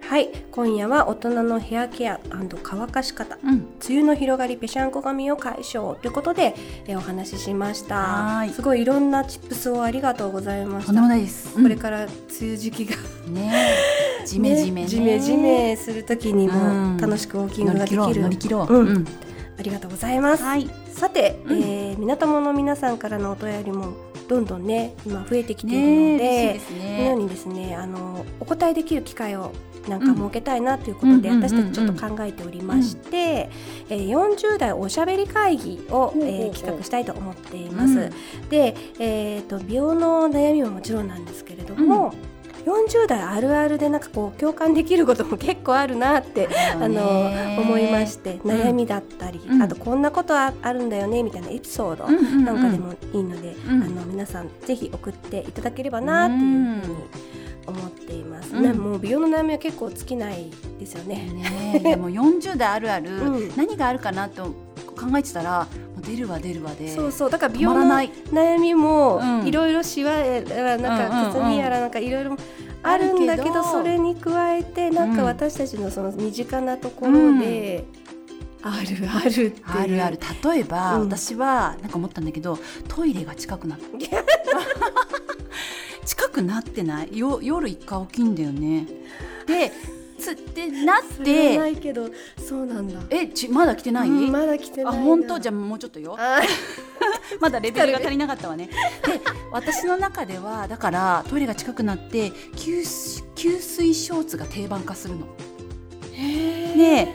Speaker 2: はい今夜は大人のヘアケア乾かし方
Speaker 1: うん
Speaker 2: 梅雨の広がりぺしゃんこ髪を解消ということでえーお話ししました
Speaker 1: はい
Speaker 2: すごいいろんなチップスをありがとうございま
Speaker 1: とん
Speaker 2: し
Speaker 1: で
Speaker 2: た
Speaker 1: もないです、
Speaker 2: これから梅雨時期が
Speaker 1: うんね (laughs) ジメジメね
Speaker 2: ねジメジメする時に
Speaker 1: うん
Speaker 2: も楽しくウォーキングができる
Speaker 1: 乗り切ろう乗り切ろう、
Speaker 2: うん
Speaker 1: うん
Speaker 2: ありがとうございます、
Speaker 1: はい
Speaker 2: さて、
Speaker 1: うん
Speaker 2: えー港もの皆さんからのお便りもどんどんね今増えてきている
Speaker 1: ね嬉し
Speaker 2: の
Speaker 1: い
Speaker 2: で
Speaker 1: です
Speaker 2: このよう
Speaker 1: ね
Speaker 2: にですねあのお答えできる機会をなんか設けたいなということで、
Speaker 1: うん
Speaker 2: 私たちちょっと考えておりまして、えー40代おしゃべり会議を、
Speaker 1: ほうほう
Speaker 2: え
Speaker 1: ほ
Speaker 2: ー
Speaker 1: う
Speaker 2: 企画したいと思っています。で、えー、と美容の悩みももちろんなんですけれども、40代あるあるでなんかこう共感できることも結構あるなってあの思いましてて悩みだったり、
Speaker 1: うん
Speaker 2: あとこんなことああるんだよねみたいなエピソードなんかでもいいので、
Speaker 1: うん
Speaker 2: あの皆さんぜひ送っていただければなっていうふうに思っています、
Speaker 1: うん
Speaker 2: なもう美容の悩みは結構尽きないですよね
Speaker 1: ねえでも40代あるある、
Speaker 2: うん
Speaker 1: 何があるかなと考えてたらもう出るわ出るわで
Speaker 2: そうそうだから美
Speaker 1: 止ま
Speaker 2: 容
Speaker 1: ら
Speaker 2: の
Speaker 1: ない
Speaker 2: 悩みも
Speaker 1: うん
Speaker 2: いろいろしわやらなん
Speaker 1: うんうんうん
Speaker 2: かくすみやらなんかいろいろあるんだけ
Speaker 1: あるけど
Speaker 2: どそれに加えてなん
Speaker 1: う
Speaker 2: か
Speaker 1: ん
Speaker 2: 私たちのその身近なところであるあるっていう
Speaker 1: あるある例えば、
Speaker 2: うん
Speaker 1: 私はなんか思ったんだけどトイレが近く
Speaker 2: (laughs)
Speaker 1: なった近くなってないよ夜一回大きいんだよねでつってなっ
Speaker 2: それは
Speaker 1: て
Speaker 2: ないけどそうなんだ
Speaker 1: えちまだ来てない、
Speaker 2: うんまだ来てない
Speaker 1: あ
Speaker 2: な
Speaker 1: 本当じゃあもうちょっとよ
Speaker 2: あ
Speaker 1: まだレベルが足りなかったわね。で私の中ではだからトイレが近くなって吸水吸水ショーツが定番化するの。 (laughs) で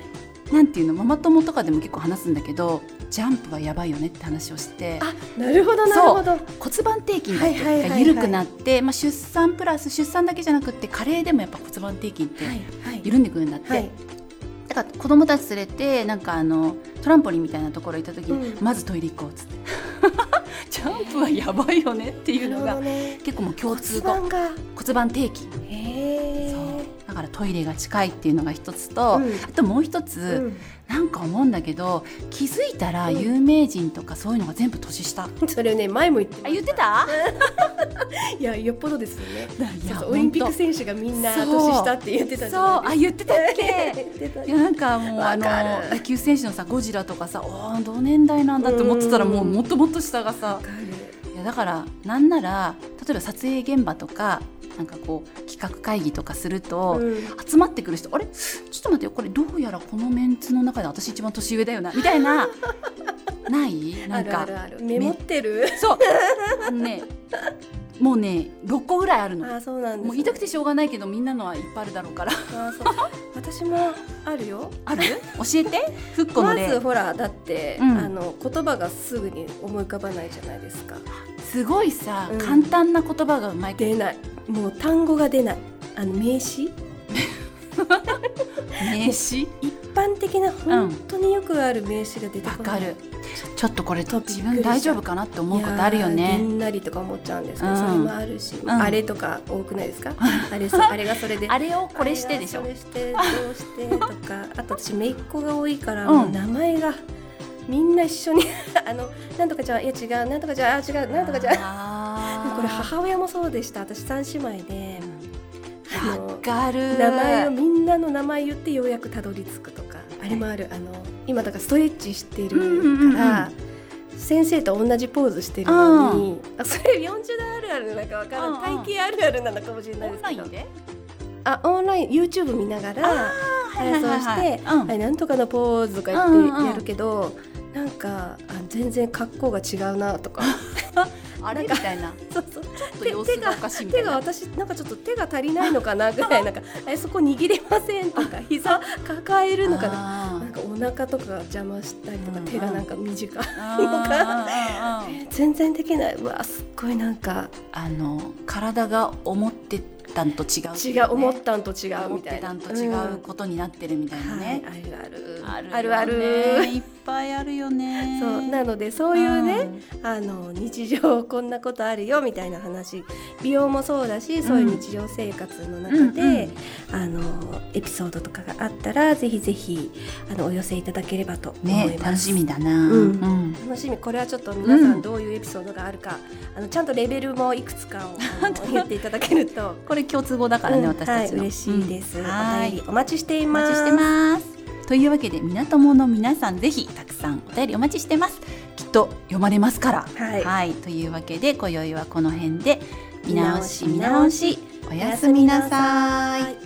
Speaker 1: なんていうのママ友とかでも結構話すんだけどジャンプはやばいよねって話をして
Speaker 2: あなるほどなるほど
Speaker 1: 骨盤底筋だっけ
Speaker 2: はいはいはい
Speaker 1: が
Speaker 2: はい
Speaker 1: 緩くなって、まあ、出産プラス出産だけじゃなくって加齢でもやっぱ骨盤底筋って
Speaker 2: はい
Speaker 1: 緩んでくるんだって、
Speaker 2: はい
Speaker 1: だから子供たち連れてなんかあのトランポリンみたいなところ行った時に、
Speaker 2: うん
Speaker 1: まずトイレ行こうっつって (laughs) ジャンプはやばいよねっていうの
Speaker 2: なる
Speaker 1: が
Speaker 2: ほどね
Speaker 1: 結構もう共通語
Speaker 2: 骨盤が
Speaker 1: 骨盤底筋
Speaker 2: へ
Speaker 1: そう
Speaker 2: え
Speaker 1: だからトイレが近いっていうのが一つと、
Speaker 2: うん
Speaker 1: あともう一つ、なんか思うんだけど気づいたら有名人とかそういうのが全部年下、あ
Speaker 2: うんそれね前も言ってまし
Speaker 1: 言ってた
Speaker 2: たいやよっぽどですよね
Speaker 1: い
Speaker 2: そう
Speaker 1: や
Speaker 2: そうオリンピック
Speaker 1: 本
Speaker 2: 選手がみんな
Speaker 1: そう
Speaker 2: 年下って言って
Speaker 1: 当
Speaker 2: たじ
Speaker 1: そ
Speaker 2: ゃ
Speaker 1: う
Speaker 2: (laughs) ない
Speaker 1: あ言ってたっ
Speaker 2: (laughs)
Speaker 1: け
Speaker 2: ですか。
Speaker 1: いやなんかもうあの
Speaker 2: わかる
Speaker 1: 野球選手のさゴジラとかさおー同年代なんだって思ってたら
Speaker 2: うん
Speaker 1: もうもっともっと下がさいやだからなんなら例えば撮影現場とかなんかこう企画会議とかすると、集まってくる人あれちょっと待ってよこれどうやらこのメンツの中で私一番年上だよなみたい
Speaker 2: (laughs)
Speaker 1: なないな
Speaker 2: なんん
Speaker 1: か
Speaker 2: かメモってる。
Speaker 1: そうあのねもうね6個ぐらいあるの
Speaker 2: あ、そうなんです。
Speaker 1: もう言いたくてしょうがないけどみんなのはいっぱいあるだろうから
Speaker 2: あそう私もあるよ。
Speaker 1: ある教えてフッコの
Speaker 2: ま
Speaker 1: 例、
Speaker 2: ずほらだって
Speaker 1: うん
Speaker 2: あの言葉がすぐに思い浮かばないじゃないですか。
Speaker 1: すごいさ、
Speaker 2: うん
Speaker 1: 簡単な言葉がうまい
Speaker 2: 出ない。もう単語が出ない。あの名詞。
Speaker 1: 名詞
Speaker 2: 一般的な
Speaker 1: うん
Speaker 2: 本当によくある名詞が出て
Speaker 1: わ
Speaker 2: こ
Speaker 1: か
Speaker 2: ない。
Speaker 1: るちょっとこれ
Speaker 2: ちょっとびっ
Speaker 1: 自分
Speaker 2: くりした
Speaker 1: 大丈夫かなって思うことあるよ
Speaker 2: いやー
Speaker 1: ね
Speaker 2: げんなりとか思っちゃうんですけど、
Speaker 1: うん
Speaker 2: それもあるし、
Speaker 1: ん
Speaker 2: あれとか多くないで
Speaker 1: (laughs)
Speaker 2: すかあれそあれがそれで
Speaker 1: あれをこれしてでし
Speaker 2: あ
Speaker 1: ょ
Speaker 2: れがそれしてどうしてとかあと私姪っ子が多いから、
Speaker 1: うん
Speaker 2: もう名前がみんな一緒に (laughs) あのなんとかちゃんいや違うなんとかちゃんあ違うなんとかちゃんで
Speaker 1: あ
Speaker 2: も
Speaker 1: ー
Speaker 2: これ母親もそうでした私三姉妹であ
Speaker 1: わ
Speaker 2: の
Speaker 1: かる
Speaker 2: 名前をみんなの名前言ってようやくたどり着くとかあれもあるあの今だからストレッチしてるから、
Speaker 1: うんうんうん
Speaker 2: 先生と同じポーズしてるのにあそれ40代あるあるなんかわから
Speaker 1: うんうん
Speaker 2: ん体型あるあるなのかもしれな
Speaker 1: オ
Speaker 2: いで
Speaker 1: ン
Speaker 2: す
Speaker 1: ラ
Speaker 2: け
Speaker 1: イ
Speaker 2: ど
Speaker 1: ンで
Speaker 2: あオンライン YouTube 見ながら
Speaker 1: はいはいはいはい
Speaker 2: 演奏して、
Speaker 1: うん
Speaker 2: はい、なんとかのポーズとか
Speaker 1: うん
Speaker 2: 言
Speaker 1: う
Speaker 2: っ
Speaker 1: ん
Speaker 2: てやるけど、なんかあ全然格好が違う
Speaker 1: (laughs)
Speaker 2: なとか
Speaker 1: あれみたいな
Speaker 2: そうそう
Speaker 1: ちょっと様子がおかしいみた
Speaker 2: 手
Speaker 1: い
Speaker 2: が
Speaker 1: な
Speaker 2: 私なんかちょっと手が足りないのかなぐらいなん
Speaker 1: (laughs)
Speaker 2: かえそこ握れませんとか膝抱えるのかな
Speaker 1: あ
Speaker 2: なんかお腹とかが邪魔したりとか、
Speaker 1: うんうん
Speaker 2: 手がなんか短い
Speaker 1: ーあー
Speaker 2: 全然できないうわすっごいなんか
Speaker 1: あの体が思ってたんと違うっていう
Speaker 2: 違
Speaker 1: ね、
Speaker 2: う思ったんと違う
Speaker 1: 思っ
Speaker 2: みた
Speaker 1: て
Speaker 2: いな
Speaker 1: たんと違ううんことになってるみたいなね、
Speaker 2: はい、あるある
Speaker 1: あるよね
Speaker 2: あるある
Speaker 1: いっぱいあるよね
Speaker 2: そうなのでそういうね、あの日常こんなことあるよみたいな話美容もそうだしそういう日常生活の中で、
Speaker 1: うんうん
Speaker 2: あのエピソードとかがあったらぜひぜひあのお寄せいただければと思
Speaker 1: ね
Speaker 2: いま
Speaker 1: 楽
Speaker 2: す。
Speaker 1: しみだな、
Speaker 2: うん
Speaker 1: ん
Speaker 2: 楽しみこれはちょっと皆さ
Speaker 1: うん
Speaker 2: んどういうエピソードがあるか、あのちゃんとレベルもいくつかをあの言っていた
Speaker 1: (laughs)
Speaker 2: だけると、
Speaker 1: これ共通語だからね、
Speaker 2: うん
Speaker 1: 私たちの、
Speaker 2: はい、嬉しいです、
Speaker 1: うん
Speaker 2: お
Speaker 1: はい
Speaker 2: 便りお待ちしてい
Speaker 1: お
Speaker 2: ます
Speaker 1: 待ちしてますというわけで港友の皆さんぜひたくさんお便りお待ちしてますきっと読まれますから
Speaker 2: はい
Speaker 1: というわけで今宵はこの辺で見直し見
Speaker 2: 見
Speaker 1: 直
Speaker 2: 直
Speaker 1: し
Speaker 2: し
Speaker 1: おやすみな
Speaker 2: おやすみ
Speaker 1: さ
Speaker 2: はいい